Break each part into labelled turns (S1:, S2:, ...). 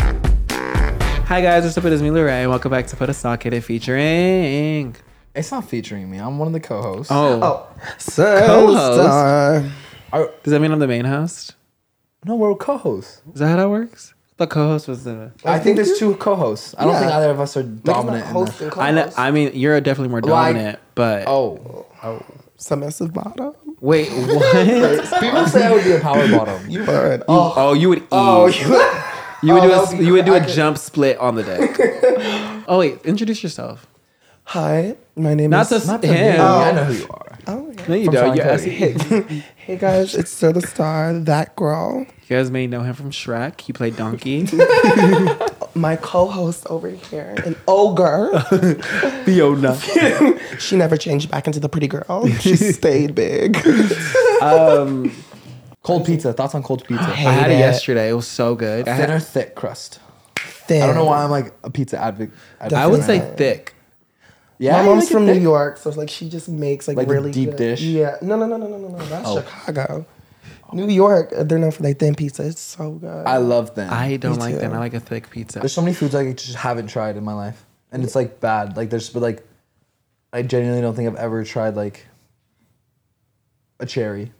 S1: Hi guys, what's up? It is me, Leray, and welcome back to Put a Socket It featuring.
S2: It's not featuring me. I'm one of the co-hosts.
S1: Oh.
S2: so
S1: Co-host?
S2: sorry. Are-
S1: does that mean I'm the main host?
S2: no, we're co-hosts.
S1: Is that how that works? The co-host was the.
S2: I think there's two co-hosts. I don't
S3: Yeah.
S2: think either of us are dominant. in
S3: host
S2: the-
S3: and
S1: I know,
S3: co-host.
S1: I mean, you're definitely more
S2: Like-
S1: dominant, but
S2: oh,
S3: Submissive bottom.
S1: wait, what?
S2: people say I would be a power bottom.
S3: You are an
S1: oh, you would eat.
S2: Oh, you-
S1: you would
S2: oh,
S1: do
S2: that
S1: a
S2: would be
S1: you would do
S2: great.
S1: a
S2: I could-
S1: jump split on the deck. oh wait, introduce yourself.
S3: Hi, my name
S1: Not
S3: is.
S1: to
S2: not to me.
S1: him.
S2: I know who you are.
S3: oh, yeah.
S1: No, you
S2: From
S1: don't.
S2: Sean
S1: You're
S2: Cody.
S1: asking-
S3: Hey guys, it's Sir the Star, that girl.
S1: You guys may know him from Shrek. He played Donkey.
S3: My co-host over here, an ogre.
S1: Fiona.
S3: she never changed back into the pretty girl. She stayed big.
S1: Um,
S2: Cold pizza. Thoughts on cold pizza?
S1: I had it
S3: Hate it.
S1: yesterday. It was so good. I, had-
S2: Thin or thick crust?
S3: Thin.
S2: I don't know why I'm like a pizza advocate.
S1: I would say thick.
S2: yeah.
S3: My
S2: you
S3: mom's
S2: like it
S3: from New
S2: thick?
S3: York, so it's like she just makes like,
S2: Like the
S3: really
S2: deep
S3: good-
S2: dish?
S3: Yeah, no, no, no, no, no, no, no. That's
S2: Oh.
S3: Chicago. New York, uh, they're known for their thin pizza. It's so good.
S2: I love thin.
S1: I don't
S3: Me
S1: like
S3: too.
S1: that. I like a thick pizza.
S2: There's so many foods I just haven't tried in my life, and it's like bad. Like there's but like, I genuinely don't think I've ever tried like a cherry.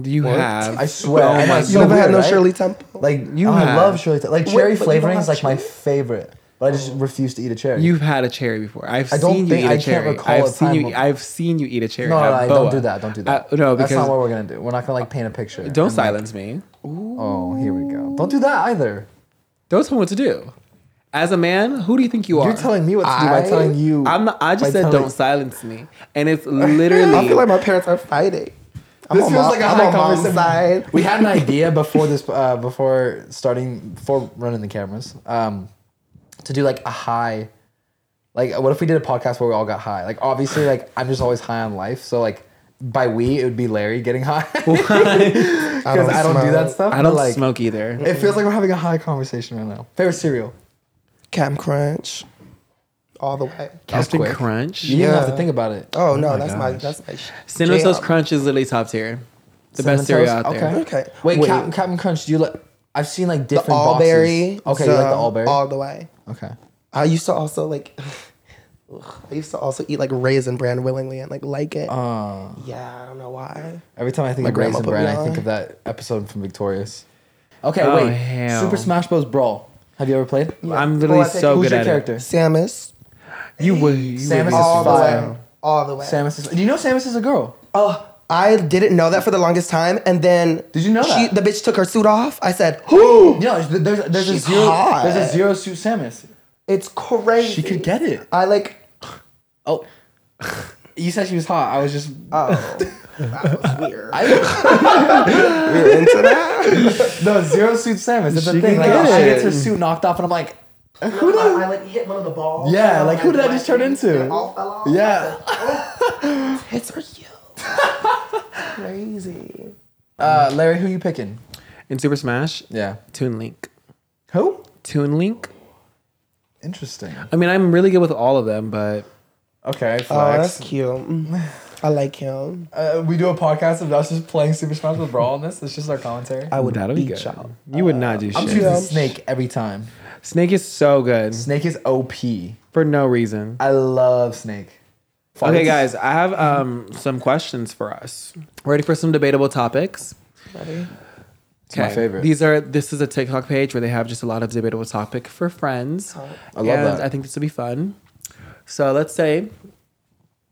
S1: You have.
S2: I swear. I know,
S1: my
S2: it's
S3: you
S2: so
S3: never had
S2: weird,
S3: no
S2: right?
S3: Shirley Temple.
S2: Oh Like
S1: You
S2: you, I
S1: have.
S2: love cherry. Te- like
S3: Wait,
S2: cherry
S3: but you
S2: flavoring
S3: don't
S2: is like my
S3: cherry?
S2: favorite, but I just refuse to eat a cherry.
S1: You've had a cherry before. I've
S2: I don't
S1: seen you
S2: think-
S1: eat
S2: I
S1: a
S2: can't
S1: cherry.
S2: recall
S1: I've
S2: a
S1: seen
S2: time
S1: you.
S2: of-
S1: I've seen you eat a cherry.
S2: no, no,
S1: at
S2: no, I-
S1: Boa.
S2: don't do that. Don't do that.
S1: I- Uh, no,
S2: that's not what
S1: because
S2: we're gonna do. We're not gonna like paint a picture.
S1: don't
S2: and, like,
S1: silence me.
S2: oh, here we go. Don't do that either.
S1: Don't tell me what to do. As a man, who do you think you are?
S2: You're telling me what to do by
S3: I-
S2: telling you.
S1: I'm not, I
S2: by
S1: just said
S2: telling-
S1: don't silence me, and it's literally.
S3: I feel like my parents are fighting. I'm
S2: This
S3: on
S2: feels
S3: mom-
S2: like a
S3: I'm
S2: high
S3: on mom's
S2: conversation.
S3: side.
S2: We had an idea before this, uh, before starting, before running the cameras, um, to do like a high, like what if we did a podcast where we all got high? Like obviously, like I'm just always high on life, so like by we it would be Larry getting high because I don't, do that
S3: smoke.
S2: stuff.
S1: I
S2: but,
S1: don't
S2: like.
S1: smoke either.
S2: It feels like we're having a high conversation right now. Favorite cereal?
S3: Cam Crunch, all the way.
S2: was
S1: Captain
S2: quick.
S1: Crunch.
S2: You didn't have to
S3: Yeah.
S2: think about it.
S3: Oh, no, that's my that's my sh-
S1: Cinnamon Toast
S3: jam.
S1: Crunch is literally top tier. The
S2: Cinnamon
S1: best cereal
S2: Toast?
S1: out there.
S2: Okay.
S3: Okay.
S2: Wait,
S3: Wait.
S2: Captain, Captain Crunch. Do you like? I've seen like
S3: The
S2: different
S3: all
S2: boxes.
S3: berry.
S2: Okay, you like the
S3: Zum,
S2: all berry.
S3: all the way.
S2: okay.
S3: I used to also like. ugh, I used to also eat like raisin bran willingly and like like it.
S2: Uh,
S3: yeah, I don't know why.
S2: Every time I think
S3: My
S2: of
S3: grandma
S2: Raisin
S3: put
S2: Bran,
S3: me
S2: I
S3: on.
S2: think of that episode from Victorious. Okay,
S1: Oh,
S2: wait.
S1: hell.
S2: Super Smash Bros. Brawl. Have you ever played?
S1: I'm literally
S3: Boy, I think-
S1: so
S2: Who's
S1: good
S2: your
S1: at
S2: character?
S1: it.
S3: Samus,
S1: You would. You
S2: Samus
S1: would
S2: is
S1: be
S3: all the
S1: fire.
S3: way, all the way.
S2: Samus is. Do you know Samus is a girl?
S3: Oh, I didn't know that for the longest time, and then
S2: Did you know
S3: she,
S2: that?
S3: the bitch took her suit off? I said, "Who?
S2: No, there's there's, there's a
S3: She's
S2: zero.
S3: hot.
S2: There's a zero suit Samus.
S3: It's crazy."
S2: She could get it.
S3: I like.
S2: Oh, you said she was hot. I was just.
S3: Oh, that was weird.
S2: You're into that? no, zero suit Samus. It's
S1: She
S2: a thing.
S1: can
S2: Like,
S1: get
S2: she
S1: it.
S2: gets her suit knocked off, and I'm like,
S3: Who did I, I like hit one of the balls?
S2: Yeah,
S3: and
S2: like, who did I just turn
S3: went,
S2: into?
S3: and all fell off.
S2: yeah.
S3: It's for you. Crazy.
S2: Uh, Larry, who you picking?
S1: In Super Smash,
S2: Yeah.
S1: Toon Link.
S2: Who?
S1: Toon Link.
S2: Interesting.
S1: I mean, I'm really good with all of them, but
S2: Okay,
S1: Uh,
S3: Oh,
S2: flex.
S3: that's cute. Mm. I like him.
S2: Uh, we do a podcast of us just playing Super Smash Bros. Brawl on this. It's just our commentary.
S3: I would
S1: that'll be
S3: beat
S1: good.
S3: y'all.
S1: You would not do
S2: I'm
S1: shit.
S2: choosing Snake every time.
S1: Snake is so good
S2: Snake is OP.
S1: for no reason.
S2: I love Snake.
S1: Okay, guys, I have um, some questions for us. Ready for some debatable topics?
S2: It's my favorite.
S1: These are this is a TikTok page where they have just a lot of debatable topic for friends.
S2: I love
S1: and
S2: that.
S1: I think this will be fun. So let's say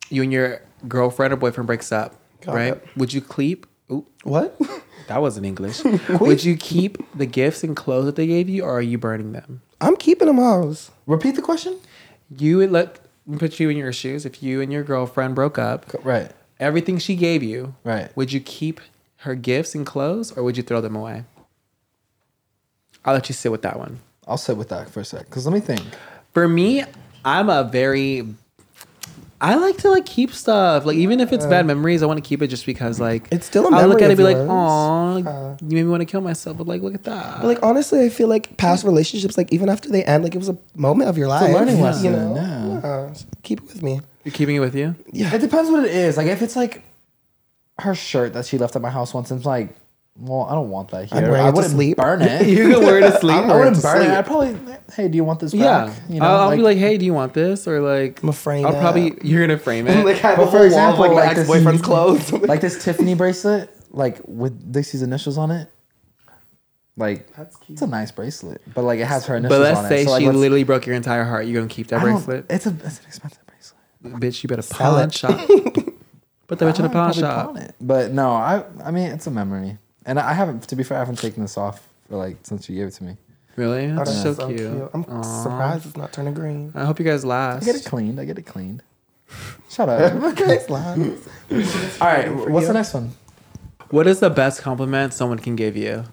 S1: you and your girlfriend or boyfriend breaks up,
S3: Got
S1: right?
S3: it.
S1: Would you keep? Ooh,
S3: What?
S1: that wasn't English. Would you keep the gifts and clothes that they gave you, or are you burning them?
S3: I'm keeping them hoes.
S2: Repeat the question.
S1: You would let let me put you in your shoes if you and your girlfriend broke up.
S2: Right.
S1: Everything she gave you,
S2: Right.
S1: Would you keep her gifts and clothes, or would you throw them away? I'll let you sit with that one.
S2: I'll sit with that for a sec. Cause let me think.
S1: For me, I'm a very I like to like keep stuff. Like even if it's bad memories, I want to keep it just because like
S3: Uh, It's still a
S1: I look at
S3: memory
S1: it and be
S3: of
S1: like,
S3: yours. Uh,
S1: oh, you made me want to kill myself, but like look at that.
S3: But like honestly, I feel like past relationships, like even after they end, like it was a moment of your life.
S2: learning
S3: You
S2: lesson,
S3: know?
S2: yeah.
S3: Yeah, so Keep it with me.
S1: You're keeping it with you.
S2: It depends what it is. Like if it's like her shirt that she left at my house once, and it's like, well, I don't want that here.
S3: wearing
S2: I
S3: it to
S2: wouldn't
S3: sleep.
S2: burn it.
S1: You can wear it to sleep.
S2: I
S3: wear it
S2: wouldn't
S3: to
S2: burn it.
S3: sleep.
S2: I'd probably, hey, do you want this back?
S1: yeah,
S2: You know,
S1: I'll, I'll be like, hey, do you want this? Or like,
S3: I'm afraid
S1: I'll
S3: that-
S1: probably you're gonna frame it.
S3: I
S2: But for example, like, this-
S3: clothes.
S2: like this Tiffany bracelet, like with Dixie's initials on it. Like that's cute. It's a nice bracelet, but like it has her initials
S1: but
S2: on
S1: let's
S2: it.
S1: say
S2: So, like,
S1: she
S2: let's-
S1: literally broke your entire heart. You're gonna keep that
S2: I don't-
S1: bracelet,
S2: It's a it's an expensive bracelet.
S1: bitch. You better pawn
S3: it.
S1: shop. Put that bitch in a
S2: I'd
S1: pawn
S2: probably
S1: shop.
S2: pawn it. But no, I I mean it's a memory, and I haven't to be fair, I haven't taken this off for like since you gave it to me.
S1: Really? That's so, cute.
S3: I'm surprised it's not turning green.
S1: I hope you guys last.
S2: I get it cleaned. I get it cleaned. Shut up.
S3: Okay, lines.
S2: All right. What's the next one?
S1: What is the best compliment someone can give you?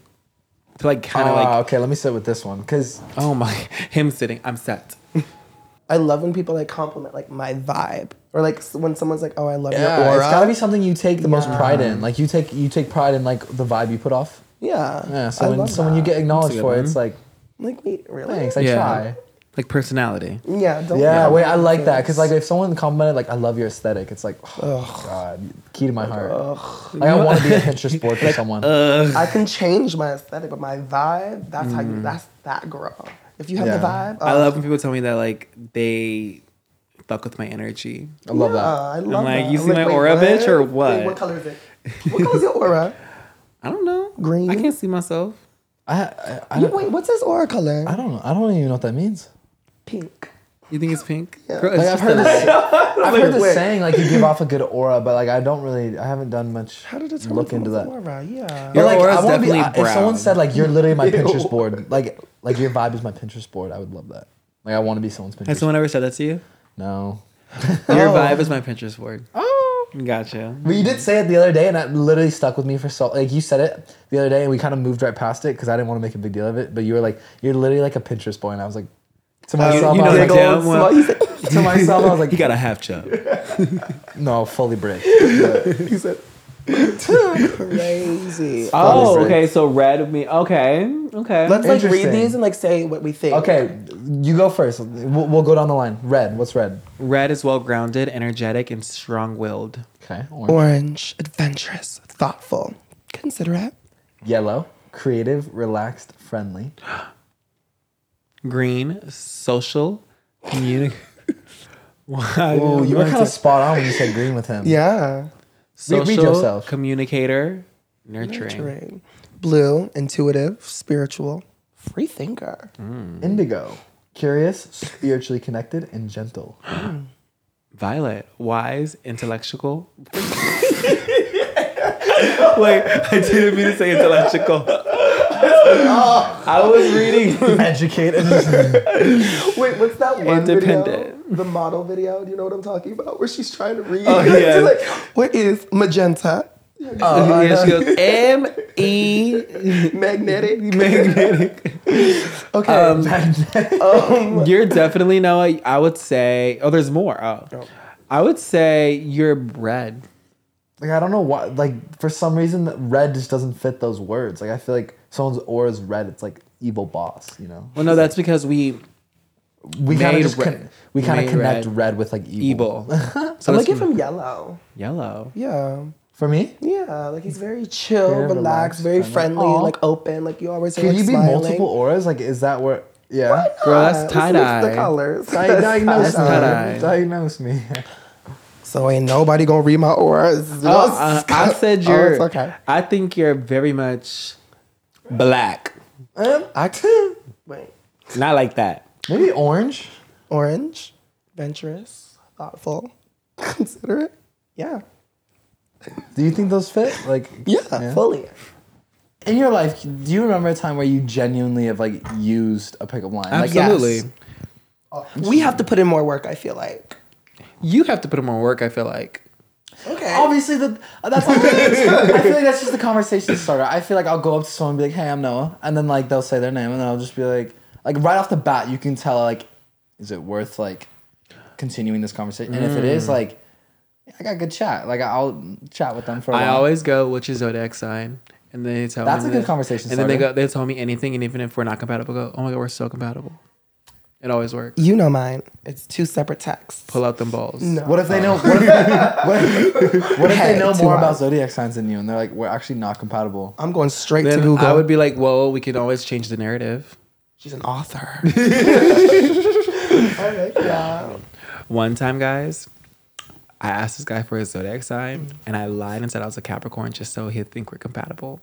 S1: To like kind
S2: Oh,
S1: of
S3: Uh,
S1: like,
S2: okay. Let me sit with this one because
S1: oh my, him sitting, I'm set.
S3: I love when people like compliment like my vibe or like s- when someone's like, "Oh, I love your
S2: yeah,
S3: aura."
S2: it's gotta be something you take the most pride in. Like you take you take pride in like the vibe you put off.
S3: yeah.
S2: Yeah.
S3: I
S2: So when
S3: love
S2: so when you
S3: that.
S2: get acknowledged for it, it's like
S3: like, wait, really?
S2: thanks. I
S1: Yeah.
S2: try.
S1: Like personality.
S3: Yeah. Don't
S2: Yeah, wait, I like that because like if someone commented like I love your aesthetic, it's like oh god, key to my heart. Like, I want to be a Pinterest board for someone.
S1: uh,
S3: I can change my aesthetic, but my vibe. That's how you. That's that girl. If you have
S2: Yeah.
S3: the vibe,
S1: I
S3: oh,
S2: Um,
S1: love when people tell me that like they fuck with my energy.
S2: I love
S3: yeah,
S2: that.
S3: I love
S1: like,
S3: that.
S1: you see my aura, bitch, or what?
S3: Wait, what color is it? What color is your aura?
S1: I don't know.
S3: Green.
S1: I can't see myself.
S2: I, I, I,
S3: You,
S2: don't,
S3: wait, what's his aura color?
S2: I don't know. I don't even know what that means.
S3: Pink.
S1: You think it's pink?
S3: Yeah.
S1: Girl, it's
S2: Like I've
S1: just
S2: heard
S1: a-
S2: this, I've heard this
S3: wait.
S2: saying like you give off a good aura, but like I don't really, I haven't done much
S3: How did it turn
S2: look into that.
S3: Aura? Yeah.
S1: Your
S2: But like,
S1: aura's
S2: I wanna be,
S1: definitely
S2: I- if
S1: brown.
S2: someone said like you're literally my Pinterest board, like like your vibe is my Pinterest board, I would love that. Like I want to be someone's Pinterest.
S1: Has someone ever said that to you?
S2: no,
S1: Your
S2: Oh.
S1: vibe is my Pinterest word. Oh, gotcha.
S2: but you did say it the other day, and that literally stuck with me for so. Like you said it the other day, and we kind of moved right past it because I didn't want to make a big deal of it. But you were like, you're literally like a Pinterest boy, and I was like, to myself,
S1: Uh, you
S2: I was
S1: know
S2: like,
S1: damn
S2: "Oh,
S1: well."
S2: it's small." to myself, I was like,
S1: You got a half chub.
S2: no, fully brick.
S3: He said, crazy.
S1: Oh, okay. So red of me. Okay, okay.
S3: Let's like read
S2: Interesting.
S3: these and like say what we think.
S2: Okay, you go first. We'll, we'll go down the line. Red. What's red?
S1: Red is well grounded, energetic, and strong willed.
S2: Okay. Orange.
S3: Orange, adventurous, thoughtful, considerate.
S2: Yellow. Creative, relaxed, friendly.
S1: Green, social, communicative.
S2: Ooh, Oh, you were kind of spot on when you said green with him.
S3: Yeah.
S1: social,
S2: Read- read yourself.
S1: communicator, nurturing.
S3: Terrain. Blue, intuitive, spiritual, free thinker.
S2: Mm. Indigo. Curious, spiritually connected, and gentle.
S1: Violet, wise, intellectual. Wait, I didn't mean to say intellectual. I was reading.
S2: Educated. and-
S3: Wait, what's that one video?
S1: Independent.
S3: The model video. Do you know what I'm talking about? Where she's trying to read.
S1: Oh,
S3: She's
S1: yeah.
S3: like, what is magenta? Oh,
S1: yeah, she goes M E
S3: Magnetic.
S1: magnetic.
S3: Okay.
S2: Um,
S1: You're definitely Noah. I would say. Oh, there's more. Oh, I would say you're red.
S2: like I don't know why. Like for some reason, red just doesn't fit those words. Like I feel like someone's aura is red. It's like evil boss. You know.
S1: Well, no, that's because we
S2: We
S1: Made
S2: kind of just
S1: red-
S2: con- we kind
S1: made
S2: of connect
S1: red.
S2: red. with like evil.
S1: evil.
S3: I'm
S1: So
S3: like,
S1: like
S3: give him yellow.
S1: yellow.
S3: Yeah.
S2: For me,
S3: Yeah, like he's very chill,
S2: Very
S3: relaxed,
S2: relaxed,
S3: very
S2: friendly.
S3: friendly,
S2: Aw.
S3: like open. Like you always are,
S2: can
S3: like,
S2: you be
S3: smiling.
S2: multiple auras? Like is that where? Yeah.
S1: Girl, that's
S3: Ah,
S1: tie
S3: let's mix The
S1: dye.
S3: colors.
S2: Di- diagnose me.
S1: Tie-dye.
S2: Diagnose me.
S3: So ain't nobody gonna read my auras.
S1: Oh, uh, I said
S3: Oh,
S1: you're.
S3: it's okay.
S1: I think you're very much Black.
S3: Um,
S2: I could
S3: wait.
S1: Not like that.
S2: maybe orange.
S3: Orange, adventurous, thoughtful, considerate. Yeah.
S2: Do you think those fit? Like
S3: Yeah, fully.
S2: in your life, do you remember a time where you genuinely have like used a pickup line? Like,
S3: yeah.
S1: Absolutely.
S3: We have to put in more work, I feel like.
S1: You have to put in more work, I feel like.
S3: Okay.
S2: Obviously, the, uh, that's not I feel like that's just the conversation starter. I feel like I'll go up to someone and be like, "Hey, I'm Noah," and then like they'll say their name, and then I'll just be like, like right off the bat, you can tell like, is it worth like continuing this conversation? And if it
S1: Mm.
S2: is, like, I got good chat. Like I'll chat with them for. a
S1: I
S2: while.
S1: always go, which is zodiac sign? And they tell
S2: That's
S1: me
S2: a good
S1: this.
S2: conversation
S1: And then they go,
S2: starter.
S1: they tell me anything, and even if we're not compatible, go, oh my god, we're so compatible. It always works.
S3: you know mine. It's two separate texts.
S1: Pull out them balls.
S2: What if they know? What if, what if, what if they
S3: Head
S2: know
S3: to
S2: more
S3: eye.
S2: about zodiac signs than you, and they're like, "We're actually not compatible."
S3: I'm going straight to
S1: Then
S3: Google.
S1: I would be like, well, we can always change the narrative.
S3: She's an author.
S1: One time, guys, I asked this guy for his zodiac sign,
S2: Mm.
S1: and I lied and said I was a Capricorn just so he'd think we're compatible.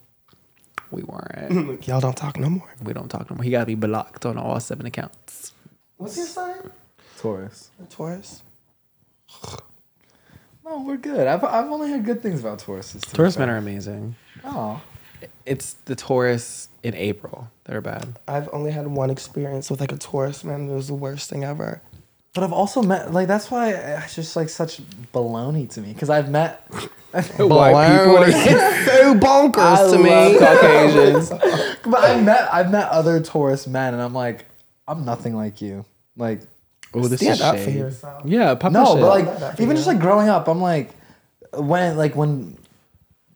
S1: We weren't.
S3: Y'all don't talk no more.
S1: we don't talk no more. He got to be blocked on all seven accounts.
S3: What's your sign?
S2: Taurus.
S3: Taurus.
S2: No, we're good. I've, I've only heard good things about Taurus.
S1: Taurus men are amazing.
S2: Oh.
S1: It's the Taurus in April. They're bad.
S3: I've only had one experience with like a Taurus man. It was the worst thing ever.
S2: But I've also met like that's why it's just like such baloney to me because I've met
S3: it's so bonkers
S2: I
S3: to
S2: love
S3: me.
S2: Caucasians. but I've met I've met other Taurus men and I'm like I'm nothing like you like
S1: Oh, this
S3: Stand
S1: is
S3: up
S1: shade.
S3: for yourself.
S1: Yeah, pop
S2: no
S1: shit.
S2: but like even just like growing up I'm like when like when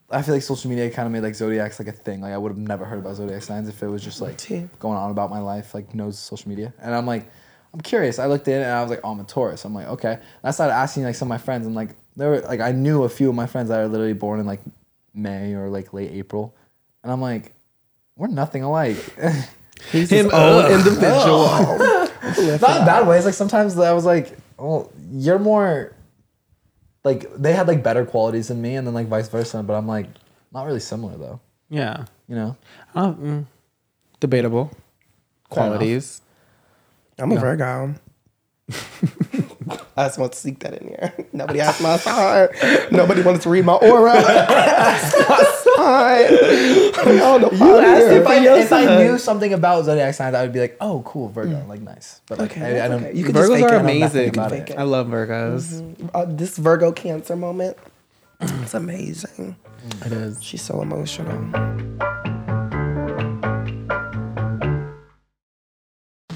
S2: I feel like social media kind of made like zodiacs like a thing like I would have never heard about zodiac signs if it was just like
S3: Too.
S2: going on about my life like no social media and I'm like I'm curious I looked in and I was like oh, I'm a Taurus I'm like okay and I started asking like some of my friends and like there were like I knew a few of my friends that are literally born in like May or like late April and I'm like we're nothing alike
S3: He's
S1: Him uh,
S3: his own
S1: up.
S3: individual.
S2: not in bad ways. Like sometimes I was like, well, you're more like they had like better qualities than me, and then like vice versa. But I'm like, not really similar though.
S1: yeah.
S2: You know,
S1: Uh, mm, debatable qualities.
S3: I'm a Virgo. I just want to seek that in here. Nobody asked my sign. Nobody wanted to read my aura. Ask my sign. Y'all the fuck
S2: If,
S3: here.
S2: I, if I knew something about zodiac signs, I would be like, oh, cool, Virgo, like nice. But like,
S3: Mm. Okay,
S2: I, I
S3: that's
S2: don't.
S3: okay. You could just
S1: Virgos
S3: fake
S1: are
S3: it. I know nothing
S1: amazing.
S2: about Mm-hmm.
S3: it.
S1: I love Virgos.
S3: Uh, this Virgo Cancer moment. It's amazing. It is. She's so emotional.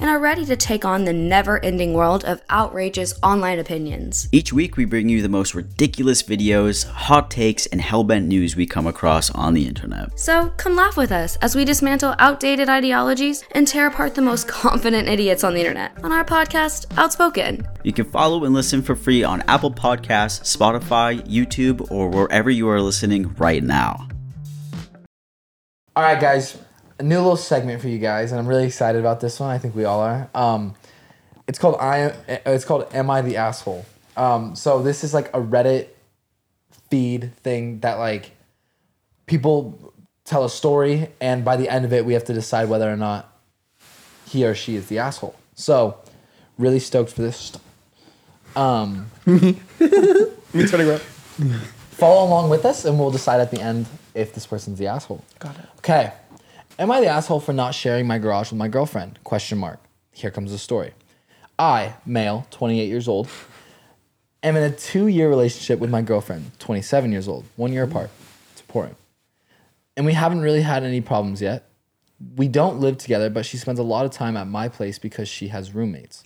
S4: and are ready to take on the never ending world of outrageous online opinions.
S5: Each week, we bring you the most ridiculous videos, hot takes, and hellbent news we come across on the internet.
S4: So come laugh with us as we dismantle outdated ideologies and tear apart the most confident idiots on the internet on our podcast, Outspoken.
S5: You can follow and listen for free on Apple Podcasts, Spotify, YouTube, or wherever you are listening right now.
S2: All right, guys, a new little segment for you guys, and I'm really excited about this one. I think we all are. Um, it's called I. It's called Am I the Asshole? Um, so this is like a Reddit feed thing that like people tell a story, and by the end of it, we have to decide whether or not he or she is the asshole. So, really stoked for this. Um,
S3: Me turning around.
S2: follow along with us, and we'll decide at the end if this person's the asshole.
S3: Got it.
S2: Okay. Am I the asshole for not sharing my garage with my girlfriend? Question mark. Here comes the story. I, male, 28 years old, am in a two-year relationship with my girlfriend, 27 years old, one year apart. It's important. And we haven't really had any problems yet. We don't live together, but she spends a lot of time at my place because she has roommates.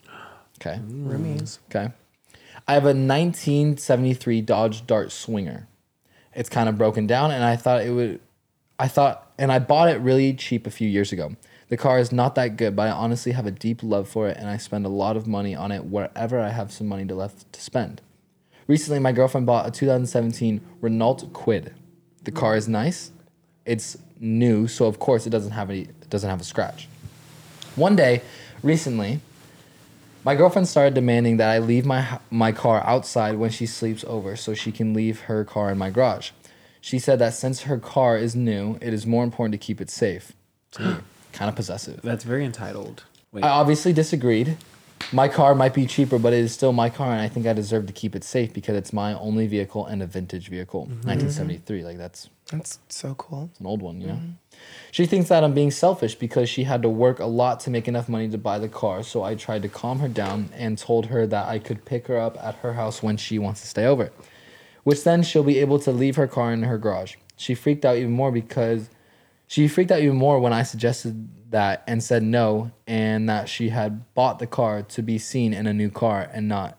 S2: Okay. Roommates. Okay. I have a 1973 Dodge Dart Swinger. It's kind of broken down, and I thought it would I thought, and I bought it really cheap a few years ago. The car is not that good, but I honestly have a deep love for it and I spend a lot of money on it wherever I have some money to left to spend. Recently, my girlfriend bought a 2017 Renault Quid. The car is nice. It's new, so of course it doesn't have any it doesn't have a scratch. One day, recently, my girlfriend started demanding that I leave my h- my car outside when she sleeps over so she can leave her car in my garage. She said that since her car is new, it is more important to keep it safe. kind of possessive.
S1: That's very entitled. Wait,
S2: I obviously disagreed. My car might be cheaper, but it is still my car, and I think I deserve to keep it safe because it's my only vehicle and a vintage vehicle, 1973. Like that's
S3: That's so cool.
S2: an old one, you know? She thinks that I'm being selfish because she had to work a lot to make enough money to buy the car, so I tried to calm her down and told her that I could pick her up at her house when she wants to stay over, which then she'll be able to leave her car in her garage. She freaked out even more because she freaked out even more when I suggested that and said no, and that she had bought the car to be seen in a new car and not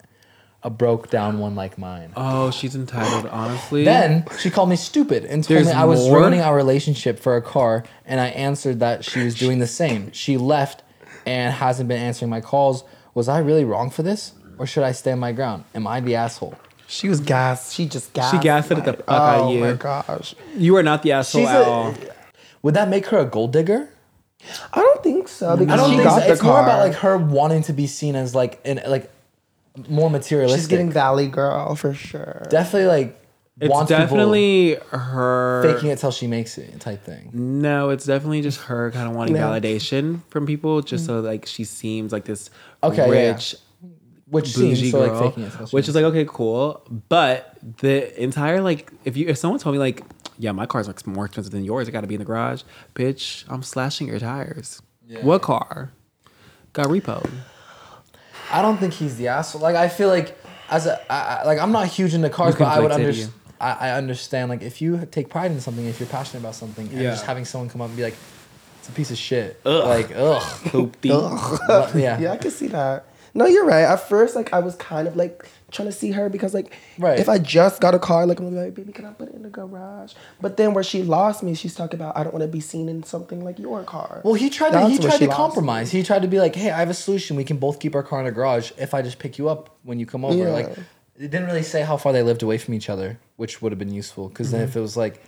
S2: a broke down one like mine.
S1: oh, she's entitled. Honestly,
S2: Then she called me stupid and told
S1: There's
S2: me I was
S1: more?
S2: ruining our relationship for a car, and I answered that she was doing the same. She left and hasn't been answering my calls. Was I really wrong for this, or should I stand my ground? Am I the asshole?
S3: She was gassed. She just gassed.
S1: gassed it the fuck out of you.
S3: Oh my gosh.
S1: you are not the asshole
S2: She's
S1: at
S2: a-
S1: all.
S2: Would that make her a gold digger?
S3: I don't think so. Because
S2: I don't
S3: she
S2: think
S3: got
S2: so.
S3: the
S2: it's
S3: car.
S2: more about like her wanting to be seen as like in like more materialistic.
S3: She's getting Valley Girl for sure.
S2: definitely like
S1: It's
S2: wants people
S1: definitely her.
S2: faking it till she makes it type thing.
S1: No, it's definitely just her kind of wanting
S3: No.
S1: validation from people, just so like she seems like this
S2: Okay, yeah, yeah.
S1: rich,
S2: Which
S1: bougie
S2: seems so
S1: girl,
S2: like faking it till she
S1: which
S2: makes
S1: is like okay, cool. But the entire like, if you if someone told me like, yeah, my car's like more expensive than yours, I got to be in the garage, bitch, I'm slashing your tires. What car? Got repoed.
S2: I don't think he's the asshole. Like I feel like as a I, I, like I'm not huge into cars, but I would
S1: conflicted,
S2: understand.
S1: you.
S2: I, I understand like if you take pride in something, if you're passionate about something, and
S1: Yeah.
S2: just having someone come up and be like, "It's a piece of shit," like ugh, What- yeah.
S3: Yeah, I can see that. No, you're right. At first, like I was kind of like trying to see her because like
S2: Right.
S3: if I just got a car, like I'm gonna be like, baby, can I put it in the garage? But then where she lost me, she's talking about I don't want to be seen in something like your car.
S2: Well, he tried to
S3: That's
S2: he
S3: where
S2: tried
S3: she
S2: to
S3: lost
S2: compromise. He tried to be like, "Hey, I have a solution. We can both keep our car in the garage if I just pick you up when you come over."
S3: Yeah.
S2: Like, it didn't really say how far they lived away from each other, which would have been useful. Because
S3: Mm-hmm.
S2: then if it was like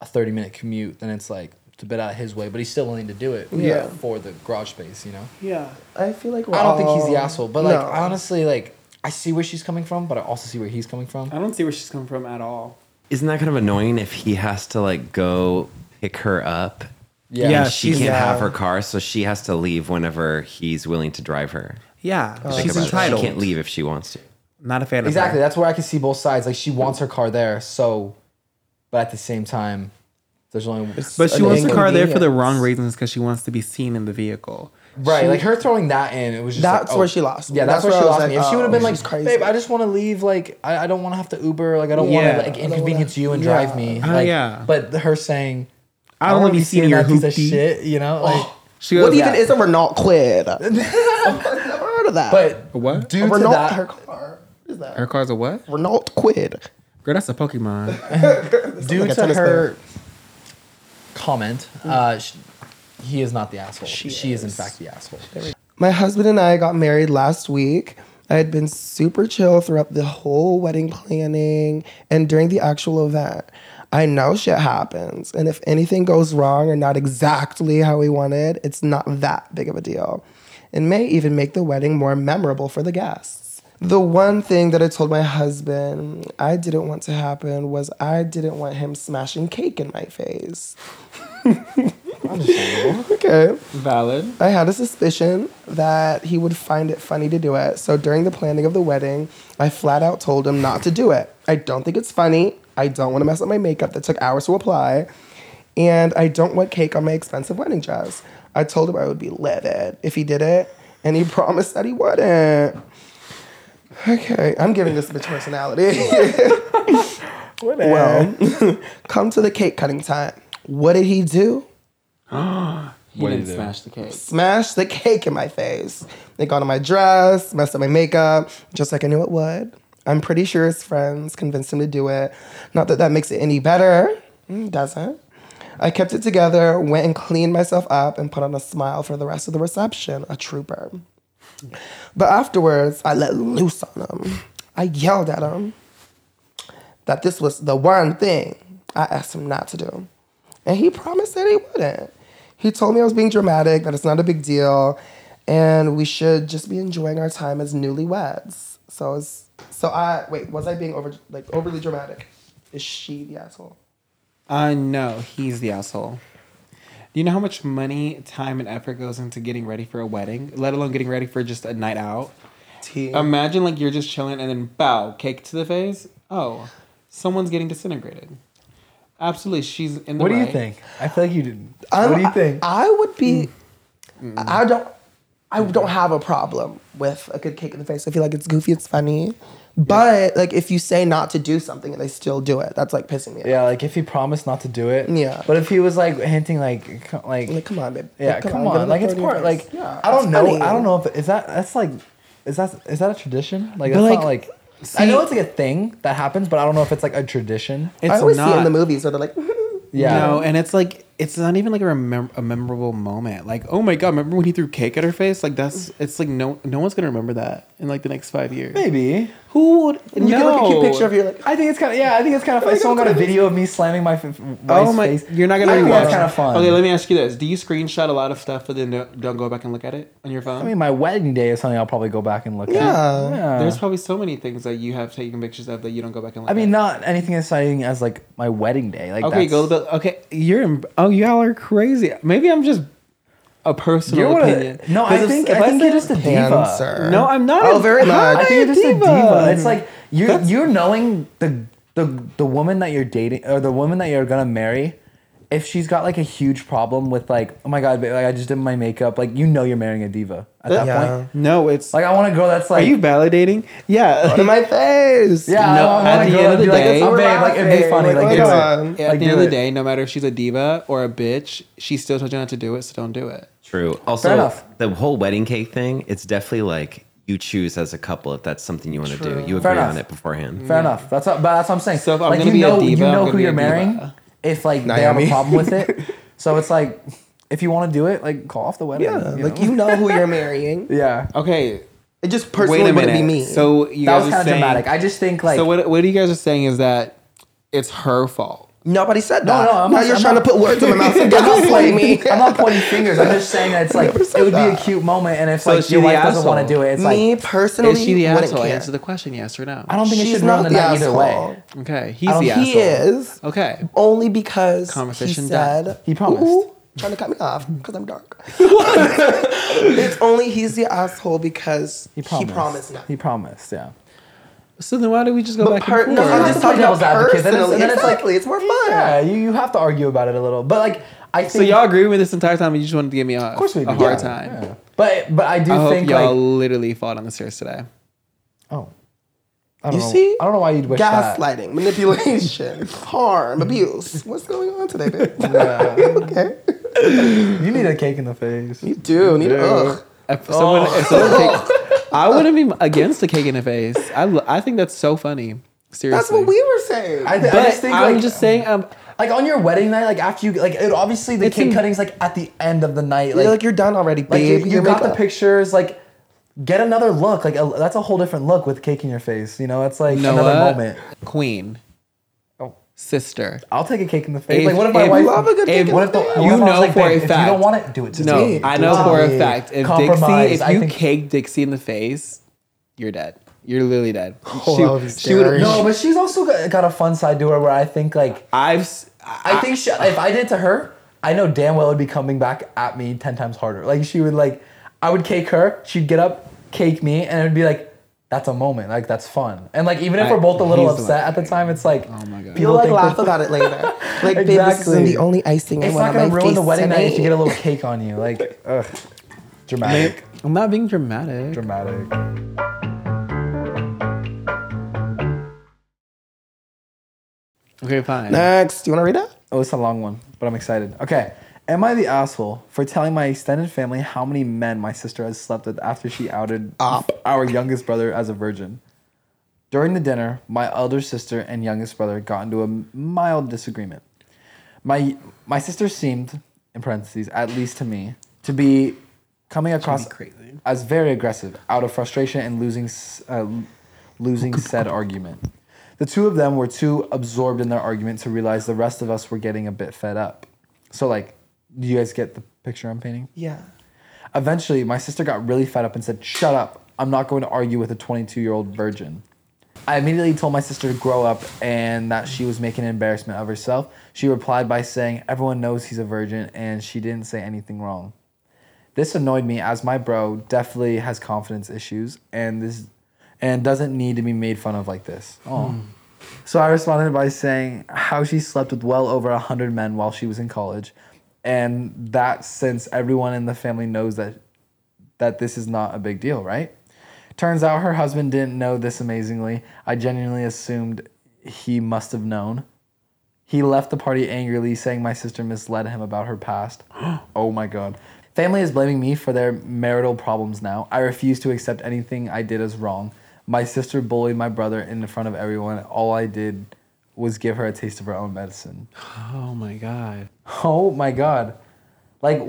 S2: a thirty minute commute, then it's like it's a bit out of his way, but he's still willing to do it
S3: Yeah.
S2: for the garage space, you know.
S3: Yeah, I feel like
S2: I don't think he's the
S3: wow.
S2: asshole, but like
S3: No.
S2: honestly, like I see where she's coming from, but I also see where he's coming from.
S1: I don't see where she's coming from at all.
S6: Isn't that kind of annoying if he has to like go pick her up?
S2: Yeah,
S1: Yeah,
S6: And she
S1: she's- uh,
S6: can't have
S3: Yeah.
S6: her car, so she has to leave whenever he's willing to drive her.
S1: Yeah,
S6: Think
S1: she's
S6: about it.
S1: entitled.
S6: She can't leave if she wants to.
S1: Not a fan of
S2: exactly.
S1: her.
S2: That's where I can see both sides. Like she wants her car there, so, but at the same time, there's only
S1: But she wants the car there for the
S3: inconvenience.
S1: wrong reasons because she wants to be seen in the vehicle.
S2: right. like her throwing that in, it was just like,
S3: That's
S2: oh.
S3: where she lost me.
S2: Yeah, that's,
S3: That's
S2: where she
S3: where I
S2: lost
S3: was
S2: me.
S3: like,
S2: If she would have
S3: oh,
S2: been like,
S3: she's crazy.
S2: babe, I just want to leave. Like I, I don't want to have to Uber. Like I don't want
S1: Yeah.
S2: to like inconvenience you and drive me.
S1: Oh,
S2: like,
S1: yeah.
S2: But her saying,
S1: I don't
S2: wanna
S1: want to be seen in your
S2: that piece
S1: hoopty.
S2: of shit. You know, like.
S1: She
S3: What
S1: goes,
S3: even is a Renault Quid? I've never heard of that.
S2: But
S1: What?
S2: due
S3: a
S2: to
S3: Renault,
S2: that,
S3: her car. What is that?
S1: Her car's a what?
S3: Renault Quid.
S1: Girl, that's a Pokemon.
S2: due
S3: like a
S2: to
S3: tennis
S2: her comment, uh, sh he is not the asshole. She, is. in fact, the asshole.
S3: My husband and I got married last week. I had been super chill throughout the whole wedding planning and during the actual event. I know shit happens, and if anything goes wrong or not exactly how we wanted, it's not that big of a deal. It may even make the wedding more memorable for the guests. The one thing that I told my husband I didn't want to happen was I didn't want him smashing cake in my face. okay.
S1: Valid.
S3: I had a suspicion that he would find it funny to do it. So during the planning of the wedding, I flat out told him not to do it. I don't think it's funny. I don't want to mess up my makeup that took hours to apply. And I don't want cake on my expensive wedding dress. I told him I would be livid if he did it. And he promised that he wouldn't. Okay, I'm giving this bitch personality. well, come to the cake cutting time. What did he do?
S1: He didn't smash the cake.
S3: smashed the cake in my face. It got on my dress, messed up my makeup, just like I knew it would. I'm pretty sure his friends convinced him to do it. Not that that makes it any better. Mm, Doesn't. I kept it together, went and cleaned myself up, and put on a smile for the rest of the reception. A trooper. But afterwards, I let loose on him. I yelled at him that this was the one thing I asked him not to do. And he promised that he wouldn't. He told me I was being dramatic, that it's not a big deal, and we should just be enjoying our time as newlyweds. So I was, so I wait, was I being over like overly dramatic? Is she the asshole?
S1: Uh, no, he's the asshole. Do you know how much money, time, and effort goes into getting ready for a wedding, let alone getting ready for just a night out?
S3: T.
S1: Imagine like you're just chilling and then bow, cake to the face. Oh, someone's getting disintegrated. Absolutely, she's in the
S2: What do you
S1: right.
S2: think? I feel like you didn't.
S3: I'm-
S2: what do you think?
S3: I, I would be. I don't. I don't have a problem with a good cake in the face. I feel like it's goofy, it's funny, but like if you say not to do something and they still do it, that's like pissing me off.
S2: yeah, like if he promised not to do it.
S3: Yeah.
S2: But if he was like hinting, like, co- like,
S3: Like, come on, babe.
S2: yeah,
S3: Like,
S2: come,
S3: give
S2: on,
S3: it a
S2: like it's
S3: throw in your
S2: part,
S3: face.
S2: like,
S3: Yeah,
S2: I don't
S3: it's
S2: know,
S3: funny.
S2: I don't know if is that that's like, is that is that a tradition? Like,
S1: But,
S2: that's
S1: like,
S2: not like. I know it's like a thing that happens, but I don't know if it's like a tradition.
S1: It's
S3: I always
S1: not.
S3: see it in the movies where they're like,
S2: Yeah.
S1: No, and it's like it's not even like a, remem- a memorable moment. Like, oh my god, remember when he threw cake at her face? Like that's it's like no no one's gonna remember that in like the next five years.
S2: Maybe.
S1: Who would?
S3: you get like a cute
S1: No.
S3: picture of you, like,
S2: I think it's kind of yeah. I think it's kind of fun. Someone got a video of me slamming my f-
S1: Oh
S2: wife's
S1: my!
S2: face.
S1: You're not gonna.
S2: I think
S1: remember.
S2: that's kind of fun.
S1: Okay, let me ask you this: Do you screenshot a lot of stuff, but then no- don't go back and look at it on your phone?
S2: I mean, my wedding day is something I'll probably go back and look
S3: Yeah.
S2: at. Yeah.
S1: There's probably so many things that you have taken pictures of that you don't go back and look.
S2: I mean,
S1: at.
S2: not anything as exciting as like my wedding day. Like
S1: Okay,
S2: that's-
S1: go. But okay, you're. in- Oh, y'all are crazy. Maybe I'm just a personal
S2: You're one
S1: opinion.
S2: of the, no. I
S1: 'Cause if-
S2: think
S1: if
S2: I think
S1: said-
S2: you're just a diva.
S3: cancer.
S1: No, I'm not.
S3: Oh, very much.
S2: I think you're just a
S1: diva.
S2: diva. It's like you are
S1: That's-
S2: you're knowing the the the woman that you're dating or the woman that you're gonna marry. If she's got like a huge problem with like, oh my god, babe, like I just did my makeup, like you know you're marrying a diva at that
S3: Yeah.
S2: point.
S1: No, it's.
S2: Like I want a girl that's
S1: are
S2: like
S1: you validating? Yeah.
S3: in my face.
S2: Yeah,
S1: No,
S2: I
S1: at
S2: want a
S1: the end
S2: girl to
S1: of the
S2: be like,
S1: day-
S2: it's oh, babe, like it'd be funny,
S3: Like,
S2: like,
S3: oh,
S2: do
S3: God.
S2: it.
S1: At
S2: Like,
S1: the end
S2: do
S1: of the
S2: it.
S1: day, no matter if she's a diva or a bitch, she still told you not to do it, so don't do it.
S6: True. Also,
S2: enough.
S6: the whole wedding cake thing, it's definitely like you choose as a couple if that's something you want to do. You
S2: Fair
S6: agree on
S2: enough.
S6: it
S1: Mm.
S6: beforehand.
S2: Fair enough. That's what, but that's what I'm saying.
S1: So if I'm
S2: like
S1: gonna
S2: you
S1: be a
S2: know,
S1: diva,
S2: you
S1: I'm
S2: know
S1: gonna
S2: who
S1: be a
S2: you're marrying.
S1: diva.
S2: If like they have a
S3: Naomi.
S2: problem with it, so it's like if you want to do it, like call off the wedding.
S3: Yeah,
S2: you
S3: like
S2: know?
S3: you know who you're marrying.
S2: Yeah.
S1: Okay.
S3: It just personally
S1: Wait a
S3: wouldn't
S1: minute.
S3: be me.
S1: So you
S2: That
S1: guys
S2: was
S1: are
S2: kind of
S1: saying,
S2: dramatic. I just think like
S1: so what? What you guys are saying is that it's her fault.
S3: nobody said that.
S2: no, I'm
S3: now
S2: not-
S3: you're
S2: I'm
S3: trying
S2: not-
S3: to put words in my mouth and
S2: I'm not
S3: downplay
S2: pointing-
S3: me.
S2: I'm not pointing fingers. I'm just saying that it's like it
S3: said
S2: would be a
S3: that.
S2: cute moment, and if
S1: So
S2: like
S1: is she
S2: your
S1: the
S2: wife doesn't want to
S1: asshole?
S2: do it, it's
S3: me
S2: like
S3: personally
S1: Is she the
S3: wouldn't
S1: asshole?
S3: care.
S1: Answer the question, yes or no.
S2: I don't think it
S3: She's
S2: should run
S3: not
S2: the
S3: the
S2: night either
S3: asshole.
S2: way.
S1: Okay, he's
S2: don't-
S1: the asshole.
S3: He is
S1: Okay.
S3: only because
S1: Conversation
S3: he said
S1: done.
S2: Oh. He promised.
S3: "Ooh, trying to cut me off because I'm dark. it's only he's the asshole because he promised. He promised not.
S2: He promised. Yeah.
S1: So then why do we just go
S3: but
S1: back
S3: per-
S1: and
S3: no,
S1: forth?
S2: I
S3: I'm
S2: just
S3: just talking
S2: devil's
S3: about
S2: advocate. Then it's-
S3: personally.
S2: then it's like-
S3: exactly, it's more fun.
S2: Yeah, you, you have to argue about it a little, but like I think
S1: so y'all agree with me this entire time, and you just wanted to give me a,
S2: Of course we do.
S1: a hard
S2: Yeah,
S1: time.
S2: yeah. But but I do
S1: I hope
S2: think
S1: y'all
S2: like
S1: literally fought on the stairs today.
S2: oh, I don't
S3: You
S2: know,
S3: see?
S2: I don't know why you'd wish that.
S3: Gaslighting, manipulation, harm, abuse. What's going on today, babe? okay.
S2: You need a cake in the face.
S3: You do need ugh.
S1: If someone, if
S2: Oh.
S1: someone take, I wouldn't be against a cake in the face. I, lo- I think that's so funny. Seriously,
S3: That's what we were saying.
S2: I, th-
S1: But
S2: I just think
S1: I'm
S2: like
S1: just saying, um,
S2: like on your wedding night, like after you like it, obviously the
S1: It's
S2: cake
S1: in-
S2: cutting's like at the end of the night. Like,
S3: You're like you're done already,
S2: like,
S3: babe.
S2: you, you got the
S3: picture.
S2: pictures. Like get another look. Like a, that's a whole different look with cake in your face. You know, it's like
S1: you know
S2: another
S1: what?
S2: moment.
S1: Queen,
S2: Oh.
S1: sister.
S2: I'll take a cake in the face.
S1: If-
S2: like what if my
S1: if-
S2: wife?
S3: Love a good cake
S1: if-
S3: in
S2: what if the,
S3: face.
S2: what if I
S1: You
S2: was
S1: know
S2: like,
S1: for a
S2: babe,
S1: fact.
S2: If you don't want it, do it. To
S1: No,
S2: me.
S1: I
S2: Do
S1: know
S2: it to
S1: for a
S2: me.
S1: fact. If
S2: Compromise,
S1: Dixie, if
S2: I
S1: you
S2: think-
S1: cake Dixie in the face, you're dead. You're literally dead.
S3: I was daring.
S2: No, but she's also got, got a fun side to her where I think like
S1: I've. s-
S2: I think she, if I did it to her, I know damn well it would be coming back at me ten times harder. Like she would like, I would cake her, she'd get up, cake me, and it would be like, that's a moment, like that's fun. And like even if
S1: I-
S2: we're both a little
S1: he's the
S2: upset
S1: one.
S2: at the time, it's like,
S1: Oh my god.
S2: people
S3: You'll like
S2: think
S3: laugh
S2: that-
S3: about it later. Like, babe, this isn't
S2: Exactly.
S3: the only icing I
S2: it's
S3: want
S2: not gonna
S3: on my
S2: ruin the
S3: feast
S2: wedding night if you
S3: tonight.
S2: get a little cake on you. Like, ugh, dramatic,
S1: I'm not being dramatic.
S2: dramatic.
S1: Okay, fine.
S3: Next, do you want to read it?
S2: Oh, it's a long one, but I'm excited. Okay. Am I the asshole for telling my extended family how many men my sister has slept with after she outed our youngest brother as a virgin? During the dinner, my elder sister and youngest brother got into a mild disagreement. my my sister seemed, in parentheses, at least to me, to be coming across as very aggressive, out of frustration and losing s- uh, losing said argument. The two of them were too absorbed in their argument to realize the rest of us were getting a bit fed up. So, like, do you guys get the picture I'm painting?
S3: Yeah.
S2: Eventually, my sister got really fed up and said, Shut up. I'm not going to argue with a 22 year old virgin. I immediately told my sister to grow up and that she was making an embarrassment of herself. She replied by saying, Everyone knows he's a virgin, and she didn't say anything wrong. This annoyed me as my bro definitely has confidence issues and this and doesn't need to be made fun of like this. Oh. So I responded by saying how she slept with well over 100 men while she was in college and that since everyone in the family knows that that this is not a big deal, right? Turns out her husband didn't know this amazingly. I genuinely assumed he must have known. He left the party angrily, saying my sister misled him about her past. oh my god. Family is blaming me for their marital problems now. I refuse to accept anything I did as wrong. My sister bullied my brother in front of everyone. All I did was give her a taste of her own medicine.
S1: Oh my god.
S2: Oh my god. Like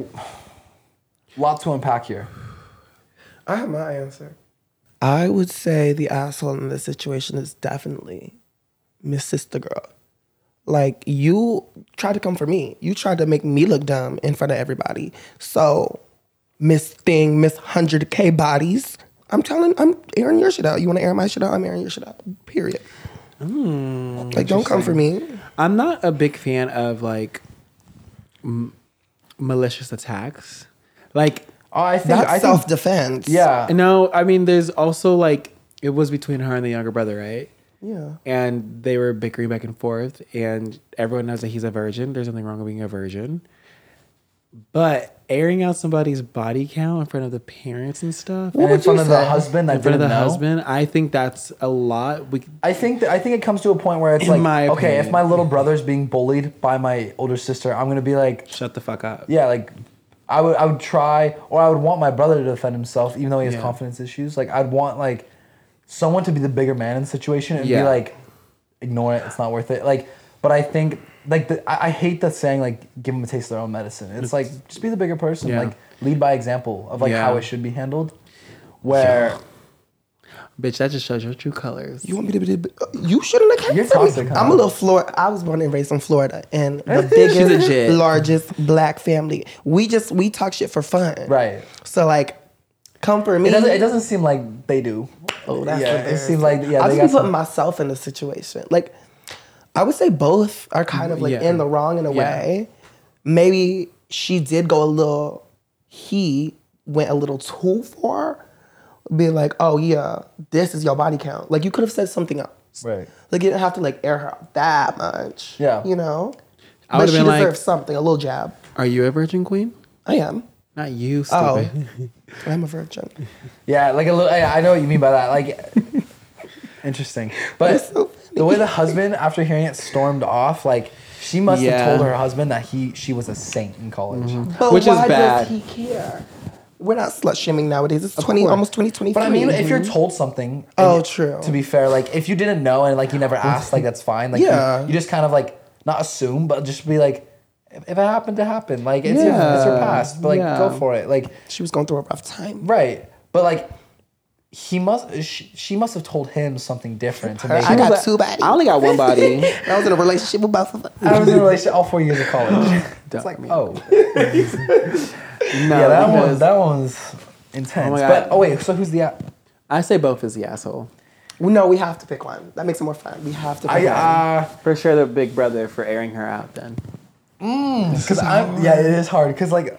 S2: lot to unpack here.
S3: I have my answer. I would say the asshole in this situation is definitely Miss Sister Girl. Like you tried to come for me. You tried to make me look dumb in front of everybody. So Miss Thing, Miss Hundred K bodies. I'm telling. I'm airing your shit out. You want to air my shit out? I'm airing your shit out. Period. like don't come for me.
S1: I'm not a big fan of like m- malicious attacks. Like,
S2: Oh, I think I
S3: That's
S2: think-
S3: self defense.
S2: yeah.
S1: no, I mean, there's also like, it was between her and the younger brother, right?
S3: Yeah.
S1: And they were bickering back and forth, and everyone knows that he's a virgin. There's nothing wrong with being a virgin. But airing out somebody's body count in front of the parents and stuff,
S3: What
S2: and in
S3: would you
S2: front of the
S3: say?
S2: husband that
S1: in front
S2: didn't
S1: of the
S2: know.
S1: husband, I think that's a lot. We
S2: I think that, I think it comes to a point where it's
S1: In
S2: like,
S1: my
S2: okay, if
S1: opinion.
S2: my little brother's being bullied by my older sister, I'm gonna be like,
S1: shut the fuck up.
S2: yeah, like, I would I would try, or I would want my brother to defend himself, even though he has
S1: Yeah.
S2: confidence issues. Like, I'd want like someone to be the bigger man in the situation and
S1: Yeah.
S2: be like, ignore it, it's not worth it. Like, but I think like the, I, I hate that saying like give them a taste of their own medicine. It's, like just be the bigger person,
S1: Yeah.
S2: like lead by example of like
S1: Yeah.
S2: how it should be handled. Where
S1: Bitch, that just shows your true colors.
S3: You want me to be? the- You shouldn't have came
S2: You're
S3: for me.
S2: toxic, huh?
S3: I'm a little Florida. I was born and raised in Florida, and the
S1: She's
S3: biggest,
S1: legit.
S3: largest black family. We just we talk shit for fun,
S2: Right.
S3: So like, come for me.
S2: it doesn't it doesn't seem like they do.
S3: Oh, that's
S2: yeah,
S3: what
S2: it seems like yeah.
S3: I
S2: they got
S3: just be putting
S2: some-
S3: myself in the situation. Like, I would say both are kind of like
S1: Yeah.
S3: in the wrong in a
S1: Yeah.
S3: way. Maybe she did go a little. He went a little too far, being like, "Oh yeah, this is your body count." Like you could have said something else.
S2: Right.
S3: Like you didn't have to like air her out that much.
S2: Yeah.
S3: You know?
S1: I
S3: but
S1: would've
S3: she
S1: been like-
S3: deserves something, a little jab.
S1: Are you a virgin queen?
S3: I am.
S1: Not you,
S3: Oh.
S1: stupid.
S3: I'm a virgin.
S2: Yeah, like a little. I I know what you mean by that. Like, interesting. But
S3: That's so funny.
S2: the way the husband, after hearing it, stormed off. Like, she must
S1: Yeah.
S2: have told her husband that he she was a saint in college.
S3: But
S1: Which is
S3: why
S1: bad.
S3: does he care? We're not slut shaming nowadays. It's twenty almost twenty twenty.
S2: But I mean, if you're told something, and
S3: Mm-hmm. Oh,
S2: you-
S3: true.
S2: To be fair, like if you didn't know and like you never asked, like that's fine. Like you-
S3: Yeah.
S2: you, just kind of like not assume, but just be like, if if it happened to happen, like it's your, it's your
S1: Yeah.
S2: past, but like
S1: Yeah.
S2: go for it. Like
S3: she was going through a rough time.
S2: Right, but like he must, she, she must have told him something different to make.
S3: I
S2: him-
S3: got two bodies.
S1: I only got one body.
S3: I was in a relationship with both of them.
S2: I was in a relationship all four years of college. it's like, oh,
S1: No,
S2: yeah, that
S1: because-
S2: one, that one's intense.
S1: my
S2: but
S1: God.
S2: oh wait, so who's the? a-
S1: I say both is the asshole.
S3: Well, no, we have to pick one. That makes it more fun. We have to pick
S2: I
S3: one.
S2: uh,
S1: For sure, the big brother for airing her out. Then
S2: because I'm yeah, it is hard because like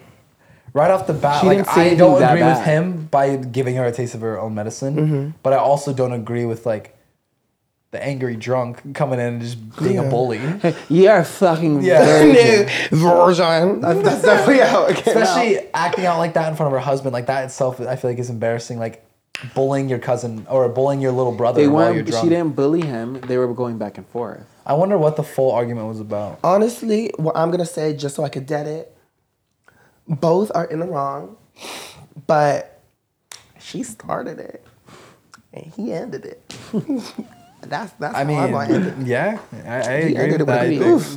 S2: right off the bat,
S1: She
S2: like
S1: didn't say
S2: I
S1: anything
S2: don't
S1: that
S2: agree with
S1: bad. Mm-hmm.
S2: him by giving her a taste of her own medicine, but I also don't agree with like the angry drunk coming in and just being a bully.
S1: you are fucking
S2: Yeah.
S3: no, version. That's, that's definitely how it came out.
S2: especially acting out like that in front of her husband like that itself i feel like is embarrassing like bullying your cousin or bullying your little brother
S1: They
S2: while you're
S1: went.
S2: drunk
S1: She didn't bully him. They were going back and forth.
S2: i wonder what the full argument was about
S3: Honestly, what I'm gonna say, just so I could dead it, both are in the wrong, but she started it and he ended it. that's that's
S2: Oh, i mean
S3: how I'm gonna end it.
S2: yeah i, I
S3: He
S2: agree
S3: ended
S2: with
S3: it with
S2: that
S3: a
S2: I
S3: big
S2: think.
S3: oof.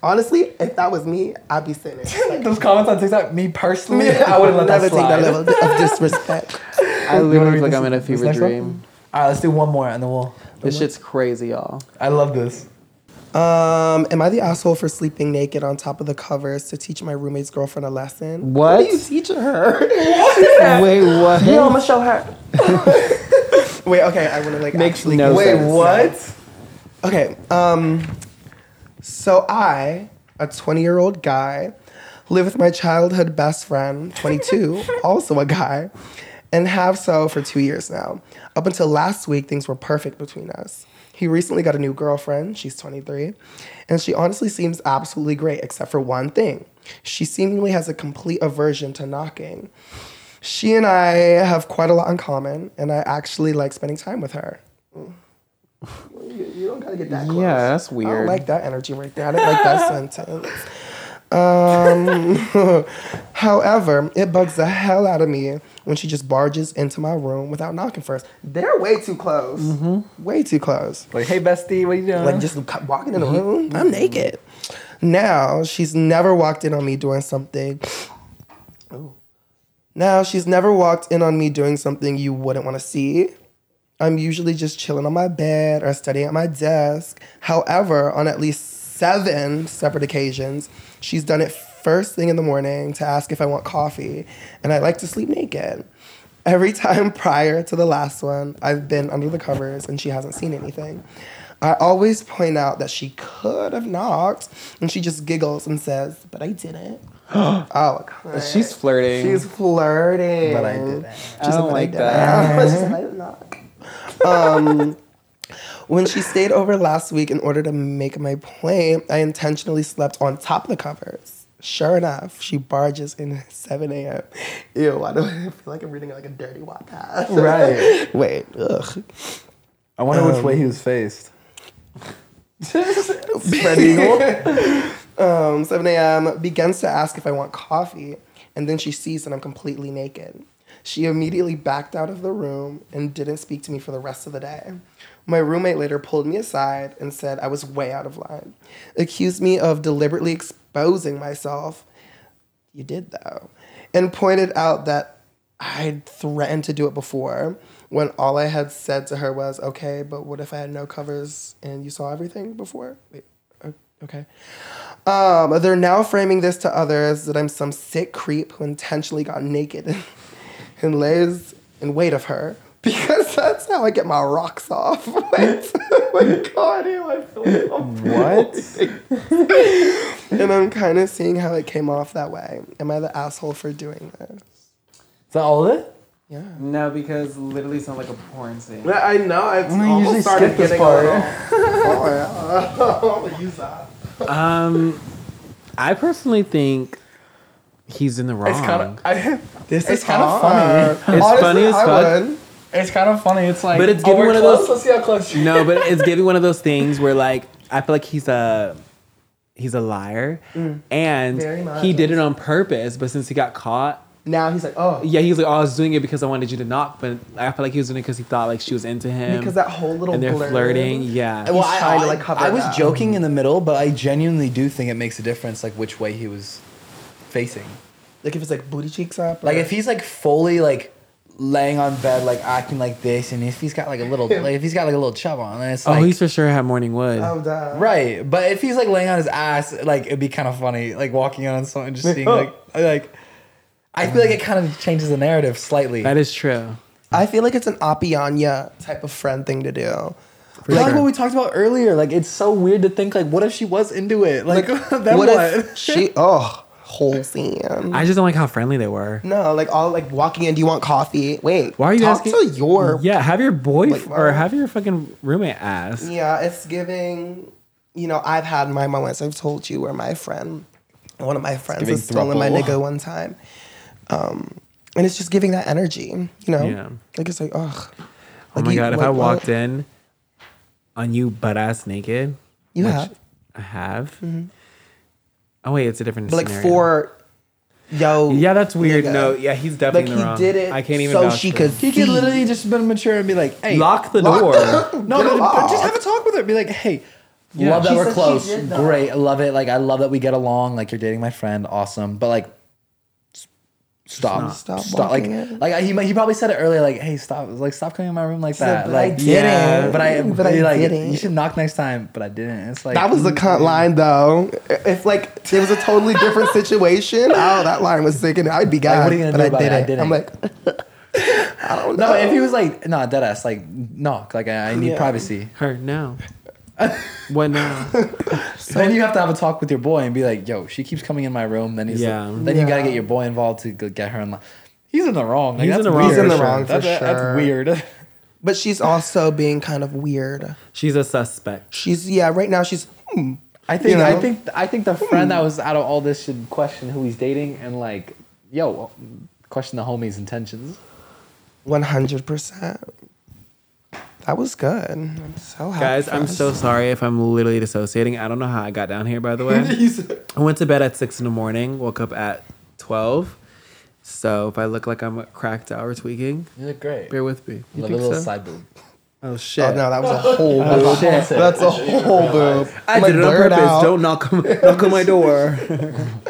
S3: Honestly, if that was me, I'd be sitting.
S2: Those comments on TikTok, me personally, I wouldn't let that
S3: never take
S2: slide.
S3: that level of disrespect.
S1: I literally feel like
S2: this-
S1: I'm in a
S2: this
S1: fever
S2: next one?
S1: dream.
S2: All right, let's do one more and then we'll.
S1: This shit's crazy, y'all.
S2: I love this.
S3: Um, am I the asshole for sleeping naked on top of the covers to teach my roommate's girlfriend a lesson?
S1: What?
S3: are you teaching her?
S1: Wait, what?
S3: You know, I'm gonna show her. Wait, okay, I wanna like
S1: Makes
S3: actually
S1: no
S3: get
S1: sense.
S3: this now. Okay, um, so I, a 20 year old guy, live with my childhood best friend, 22, also a guy, and have so for two years now. Up until last week, things were perfect between us. He recently got a new girlfriend, she's 23, and she honestly seems absolutely great, except for one thing. She seemingly has a complete aversion to knocking. She and I have quite a lot in common, and I actually like spending time with her. You, you don't gotta get that close.
S1: Yeah, that's
S3: I don't
S1: weird.
S3: like that energy right there. I didn't like that sentence. Um, however, it bugs the hell out of me when she just barges into my room without knocking first. They're way too close. Way too close.
S2: Like, hey, bestie, what are you doing?
S3: Like just cu- walking in the room, Mm-hmm. I'm naked. Now she's never walked in on me doing something. Oh. Now she's never walked in on me doing something you wouldn't want to see. I'm usually just chilling on my bed or studying at my desk. However, on at least seven separate occasions, she's done it first thing in the morning to ask if I want coffee, and I like to sleep naked. Every time prior to the last one, I've been under the covers and she hasn't seen anything. I always point out that she could have knocked, and she just giggles and says, "But I didn't." oh, God.
S1: She's flirting.
S3: She's flirting.
S2: But I didn't.
S1: I don't like that.
S3: Um, when she stayed over last week in order to make my play, I intentionally slept on top of the covers. Sure enough, she barges in at 7 a.m. Ew, I don't I feel like I'm reading like a dirty Wattpad.
S2: Right.
S3: Wait, ugh.
S2: I wonder which way he was faced.
S3: Spread eagle. um, 7 a.m. begins to ask if I want coffee, and then she sees that I'm completely naked. She immediately backed out of the room and didn't speak to me for the rest of the day. My roommate later pulled me aside and said I was way out of line, accused me of deliberately exposing myself. You did though, and pointed out that I'd threatened to do it before when all I had said to her was, okay, but what if I had no covers and you saw everything before? Wait, o- okay. Um, they're now framing this to others that I'm some sick creep who intentionally got naked and lays in wait of her because that's how I get my rocks off. Wait, oh my God, ew, I feel
S2: What?
S3: And I'm kind of seeing how it came off that way. Am I the asshole for doing this?
S2: Is that all of it?
S1: No, because literally sounds like a porn scene.
S3: I know. It's
S1: Mm.
S2: We usually skip this part.
S1: Um, I personally think he's in the wrong.
S2: It's kind of. I,
S3: This
S2: It's
S3: is
S2: kinda
S3: hard.
S2: funny.
S1: It's funny as
S3: I
S1: fuck.
S3: would.
S2: It's kind of funny. It's like.
S1: But it's giving
S2: we're
S1: one of
S2: close,
S1: those-
S2: Let's see how close. you-
S1: no, but it's giving one of those things where like I feel like he's a he's a liar,
S3: Mm. Very
S1: and
S3: much.
S1: he did it on purpose. But since he got caught,
S3: Now he's like, oh,
S1: yeah, he was like, "Oh, I was doing it because I wanted you to knock," but I feel like he was doing it because he thought like she was into him.
S3: because that whole little
S1: and they're
S3: blurb-
S1: flirting, yeah.
S3: He's trying to, like, cover
S2: I
S3: it
S2: was
S3: up.
S2: joking in the middle, but I genuinely do think it makes a difference, like which way he was facing.
S3: Like if it's like booty cheeks up.
S2: Like if he's like fully like laying on bed, like acting like this, and if he's got like a little, like if he's got like a little chub on, then it's
S1: oh,
S2: like.
S1: he's for sure had morning wood.
S3: Oh, duh.
S2: Right, but if he's like laying on his ass, like it'd be kind of funny, like walking in on someone and just seeing like like. I feel like it kind of changes the narrative slightly.
S1: That is true.
S3: I feel like it's an Appianya type of friend thing to do.
S2: like
S3: sure.
S2: what we talked about earlier, like it's so weird to think like, what if she was into it? Like, then
S3: what
S2: what?
S3: if she? Oh, whole scene.
S1: I just don't like how friendly they were.
S3: no, like all like walking in. Do you want coffee? Wait,
S1: Why are you
S3: talk
S1: asking?
S3: to your?
S1: yeah, have your boy
S3: Like,
S1: or
S3: why?
S1: have your fucking roommate ask.
S3: Yeah, it's giving. You know, I've had my moments. I've told you where my friend, one of my friends,
S2: giving
S3: has stolen my
S2: throuple.
S3: nigga one time, um, and it's just giving that energy. You know,
S1: Yeah.
S3: like it's like, ugh.
S1: Oh my god, if I walked in on you butt ass naked,
S3: You
S1: which
S3: have. Mm-hmm.
S1: I have. Oh wait, it's a different
S3: but like
S1: scenario.
S3: for, yo,
S1: Yeah, that's weird.
S3: nigga.
S1: No, yeah, he's
S3: like
S1: definitely in
S3: he
S1: the wrong.
S3: did it.
S1: I can't even.
S3: So
S1: vouch
S3: she
S1: for
S3: could
S1: it.
S2: he could literally just been mature and be like, hey,
S1: lock the door.
S2: no, no, no, just have a talk with her. Be like, hey, love that
S3: She
S2: we're
S3: said she
S2: close.
S3: did, though.
S2: Great. I Love it. Like I love that we get along. Like you're dating my friend. Awesome. But like s- stop.
S3: not- Stop
S2: Like
S3: walking it.
S2: like he, he probably said it earlier like hey stop like stop coming in my room like that.
S3: "But I
S2: like
S3: didn't.
S2: but I
S3: But I
S2: like
S3: didn't."
S2: you should knock next time, but I didn't. It's like
S3: That was the cunt line though. If like it was a totally different situation, oh that line was sick and I'd be
S2: Like,
S3: gone.
S2: what are you gonna
S3: but
S2: do
S3: I,
S2: about it?
S3: didn't.
S2: I
S3: I
S2: didn't.
S3: am like, I don't know.
S2: No, if he was like no, deadass like knock like I, I need privacy.
S1: Her now. what now?
S2: then you have to have a talk with your boy and be like, "Yo, she keeps coming in my room." Then he's
S1: Yeah.
S2: like, then you gotta get your boy involved to go get her in. Li- he's in the wrong. Like,
S1: He's
S2: that's
S1: in the wrong.
S2: weird.
S1: He's in the
S3: wrong for
S2: that's, That's
S3: sure.
S2: weird.
S3: but she's also being kind of weird.
S1: She's a suspect.
S3: She's yeah. Right now she's. Hmm.
S2: I think
S3: You know?
S2: I think I think the friend
S3: Hmm.
S2: that was out of all this should question who he's dating and like, yo, question the homie's intentions.
S3: One hundred percent. That was good. I'm so
S2: uh,
S3: happy.
S1: Guys,
S3: for Oh,
S1: I'm
S3: us.
S1: so sorry if I'm literally dissociating. I don't know how I got down here, by the way. I went to bed at six in the morning, woke up at twelve. So if I look like I'm cracked out or tweaking,
S2: You look great.
S1: bear with me. You
S2: Love a
S1: think
S2: little
S1: so?
S2: side boob.
S1: Oh shit!
S3: Oh no, that was a whole boob.
S2: shit.
S3: That's a whole boob.
S1: I
S3: I'm
S1: did it on
S3: blur
S1: purpose.
S3: out.
S1: Don't knock on, knock on my door.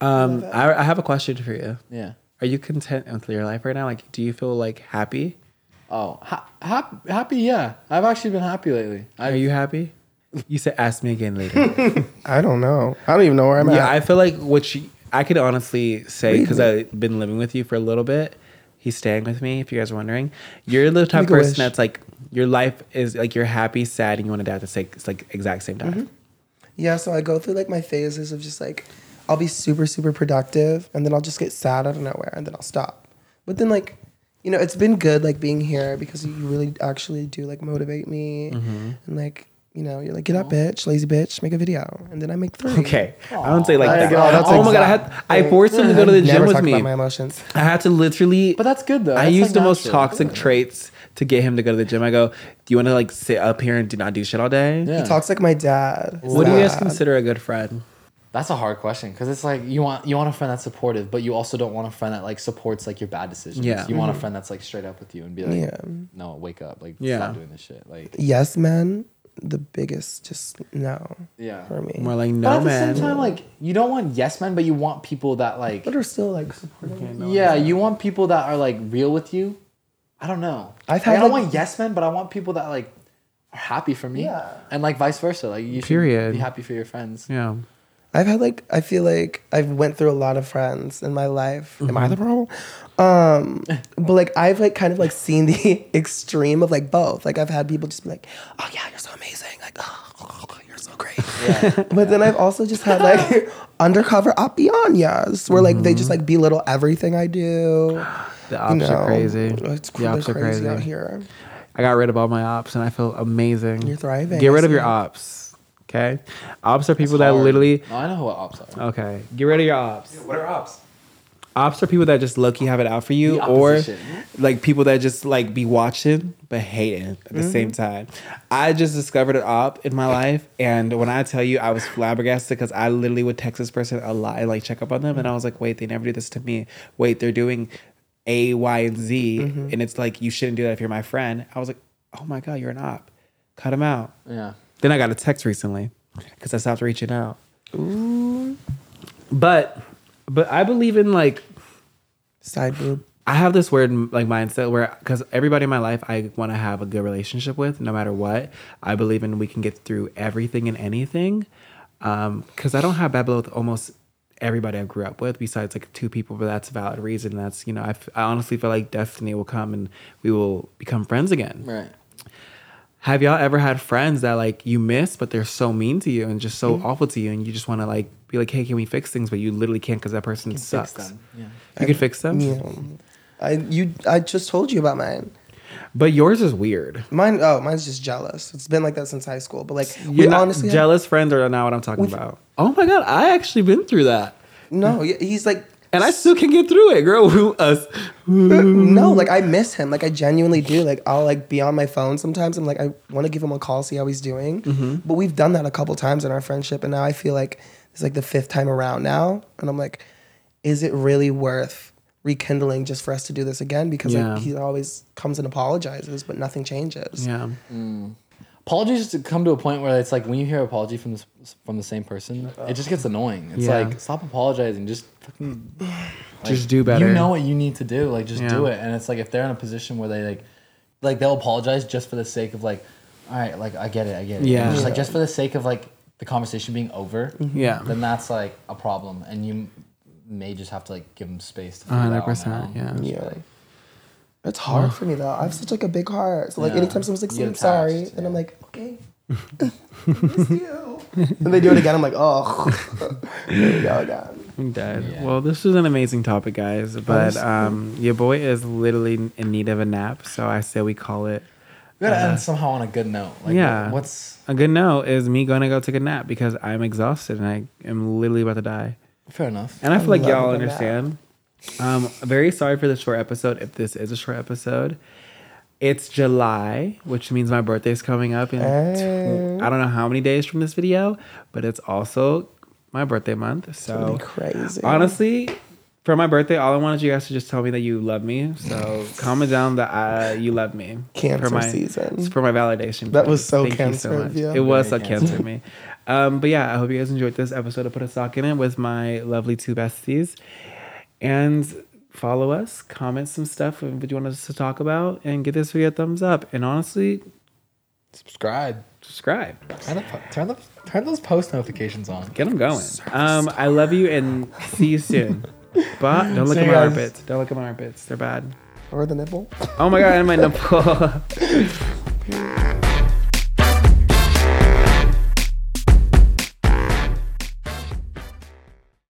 S1: um, I, I have a question for you.
S2: Yeah.
S1: Are you content with your life right now? Like, do you feel like happy?
S2: Oh, ha- hap- happy. Yeah, I've actually been happy lately. I,
S1: Are you happy? You said ask me again later.
S3: I don't know. I don't even know where I'm
S1: yeah, I
S3: at.
S1: feel like what she, I could honestly say because I've been living with you for a little bit. He's staying with me. If you guys are wondering, you're the type of
S3: Make a
S1: person
S3: wish.
S1: that's like your life is like you're happy, sad, and you want to die at the same it's like exact same time.
S3: yeah, so I go through like my phases of just like I'll be super super productive, and then I'll just get sad out of nowhere, and then I'll stop. But then like. You know, it's been good like being here because you really actually do like motivate me
S1: Mm-hmm.
S3: and like you know you're like get up bitch lazy bitch make a video and then I make three.
S1: Okay, I don't say like that.
S2: go. That's
S1: oh my god, I had I forced him to go to the
S3: I
S1: gym
S3: never
S1: with
S3: talk
S1: me.
S3: about my emotions.
S1: I had to literally.
S2: But that's good, though.
S1: I
S2: That's,
S1: used
S2: like,
S1: the most
S2: natural.
S1: toxic traits to get him to go to the gym. I go, do you want to like sit up here and do not do shit all day?
S2: Yeah.
S3: He talks like my dad.
S1: What do you guys
S3: Sad.
S1: consider a good friend?
S2: That's a hard question because it's like you want you want a friend that's supportive, but you also don't want a friend that like supports like your bad decisions.
S1: Yeah.
S2: you want a friend that's like straight up with you and be like,
S3: Yeah.
S2: "No, wake up! Like,
S1: Yeah.
S2: stop doing this shit." Like,
S3: Yes, men. The biggest, just no
S2: yeah.
S3: for me.
S1: More like
S2: But
S1: no
S2: at the
S1: man.
S2: same time, like, you don't want yes men, but you want people that like,
S3: but are still like supportive.
S2: yeah, you want people that are like real with you. I don't know.
S3: I've
S2: Like,
S3: had,
S2: I don't
S3: like-
S2: want yes men, but I want people that like are happy for me.
S3: Yeah.
S2: and like vice versa. Like, you should
S1: Period.
S2: be happy for your friends.
S1: yeah.
S3: I've had like I feel like I've went through a lot of friends in my life. Am
S1: Mm-hmm.
S3: I the problem? Um, but like I've like kind of like seen the extreme of like both. Like I've had people just be like, "Oh yeah, you're so amazing," like, "Oh, you're so great." but then I've also just had like undercover apianas where like they just like belittle everything I do.
S1: Mm-hmm. The
S3: You
S1: ops
S3: know,
S1: are crazy.
S3: It's
S1: the ops are
S3: crazy,
S1: crazy.
S3: crazy out here.
S1: I got rid of all my ops and I feel amazing.
S3: You're thriving,
S1: Get rid of
S3: isn't
S1: your
S3: it?
S1: ops. Okay. Ops are people that
S2: Hard.
S1: literally. Uh,
S2: No, Oh, I know what ops are.
S1: Okay. Get rid of your ops.
S6: What are ops?
S1: Ops are people that just low key have it out for you,
S2: The
S1: or
S2: opposition.
S1: like people that just like be watching but hating at the same time. I just discovered an op in my life, and when I tell you, I was flabbergasted because I literally would text this person a lot and like check up on them, and I was like, wait, they never do this to me. Wait, they're doing A, Y, and Z, and it's like you shouldn't do that if you're my friend. I was like, oh my god, you're an op. Cut him out.
S2: Yeah.
S1: Then I got a text recently because I stopped reaching out. Ooh. But but I believe in like
S3: Side boob.
S1: I have this weird like mindset where because everybody in my life I want to have a good relationship with no matter what. I believe in we can get through everything and anything. Um, because I don't have bad blood with almost everybody I grew up with besides like two people, but that's a valid reason. That's you know I, f- I honestly feel like destiny will come and we will become friends again.
S2: Right.
S1: Have y'all ever had friends that like you miss, but they're so mean to you and just
S2: Mm-hmm.
S1: so awful to you, and you just want to like be like, hey, can we fix things? But you literally can't because that person sucks.
S2: them, yeah.
S1: You can fix them,
S3: Yeah. I you I just told you about mine.
S1: but yours is weird.
S3: Mine oh mine's just jealous. It's been like that since high school. But like we
S1: You're not
S3: honestly
S1: jealous friends are not what I'm talking about. Oh my god, I actually been through that,
S3: no. y- He's like
S1: and I still can get through it, girl. Who us?
S3: no. Like I miss him. Like I genuinely do. Like I'll like be on my phone sometimes. I'm like I want to give him a call, see how he's doing.
S1: Mm-hmm.
S3: But we've done that a couple times in our friendship, and now I feel like it's like the fifth time around now, and I'm like, is it really worth? Rekindling just for us to do this again because
S1: Yeah.
S3: like he always comes and apologizes, but nothing changes.
S1: Yeah,
S2: apologies just come to a point where it's like when you hear apology from the, s- from the same person, it just gets annoying. It's
S1: Yeah.
S2: like stop apologizing, just fucking like,
S1: Just do better.
S2: You know what you need to do, like just do
S1: Yeah.
S2: it. And it's like if they're in a position where they like, like they'll apologize just for the sake of like, all right, like I get it, I get it.
S1: Yeah.
S2: And just like just for the sake of like the conversation being over.
S1: Yeah.
S2: Then that's like a problem, and you m- may just have to like give them space. to figure it out on their
S1: 100%.
S2: own.
S1: Yeah.
S3: Yeah. It's hard for me though. I've such like a big heart. So like
S2: Yeah.
S3: anytime someone's like,
S2: You get
S3: "I'm sorry,"
S2: attached,
S3: and I'm
S2: yeah.
S3: like, "Okay." I miss you. and they do it again. I'm like, "Oh, there we go again."
S1: I'm dead.
S2: Yeah.
S1: Well, this is an amazing topic, guys. But um, your boy is literally in need of a nap, so I say we call it.
S2: We gotta end somehow on a good note. Like,
S1: Uh-huh. yeah.
S2: What's
S1: A good no is me going to go take a nap because I'm exhausted and I am literally about to die.
S2: fair enough.
S1: And I feel like
S3: love
S1: y'all
S3: it for that.
S1: understand. Um, very sorry for the short episode. If this is a short episode, it's July, which means my birthday's coming up in
S3: Hey.
S1: tw- I don't know how many days from this video, but it's also my birthday month. So
S2: Oh.
S3: be crazy.
S1: Honestly, for my birthday, all I wanted you guys to just tell me that you love me. So comment down that I, you love me.
S3: Cancer
S1: for my,
S3: season.
S1: for my validation.
S3: That was
S1: please.
S3: so
S1: Thank you
S3: cancer
S1: so much.
S3: of you.
S1: It was so
S2: Very
S1: cancer of me. Um, but yeah, I hope you guys enjoyed this episode of Put a Sock in It with my lovely two besties. And follow us, comment some stuff that you want us to talk about, and give this video a thumbs up. And honestly,
S2: Subscribe.
S1: subscribe.
S2: Turn the, po- turn the turn those post notifications on.
S1: Get them going. Um, I love you and see you soon. But don't look
S2: See
S1: at
S2: you
S1: my
S2: guys.
S1: armpits. Don't look at my armpits. They're bad.
S3: Or the nipple.
S1: Oh my god, and my nipple.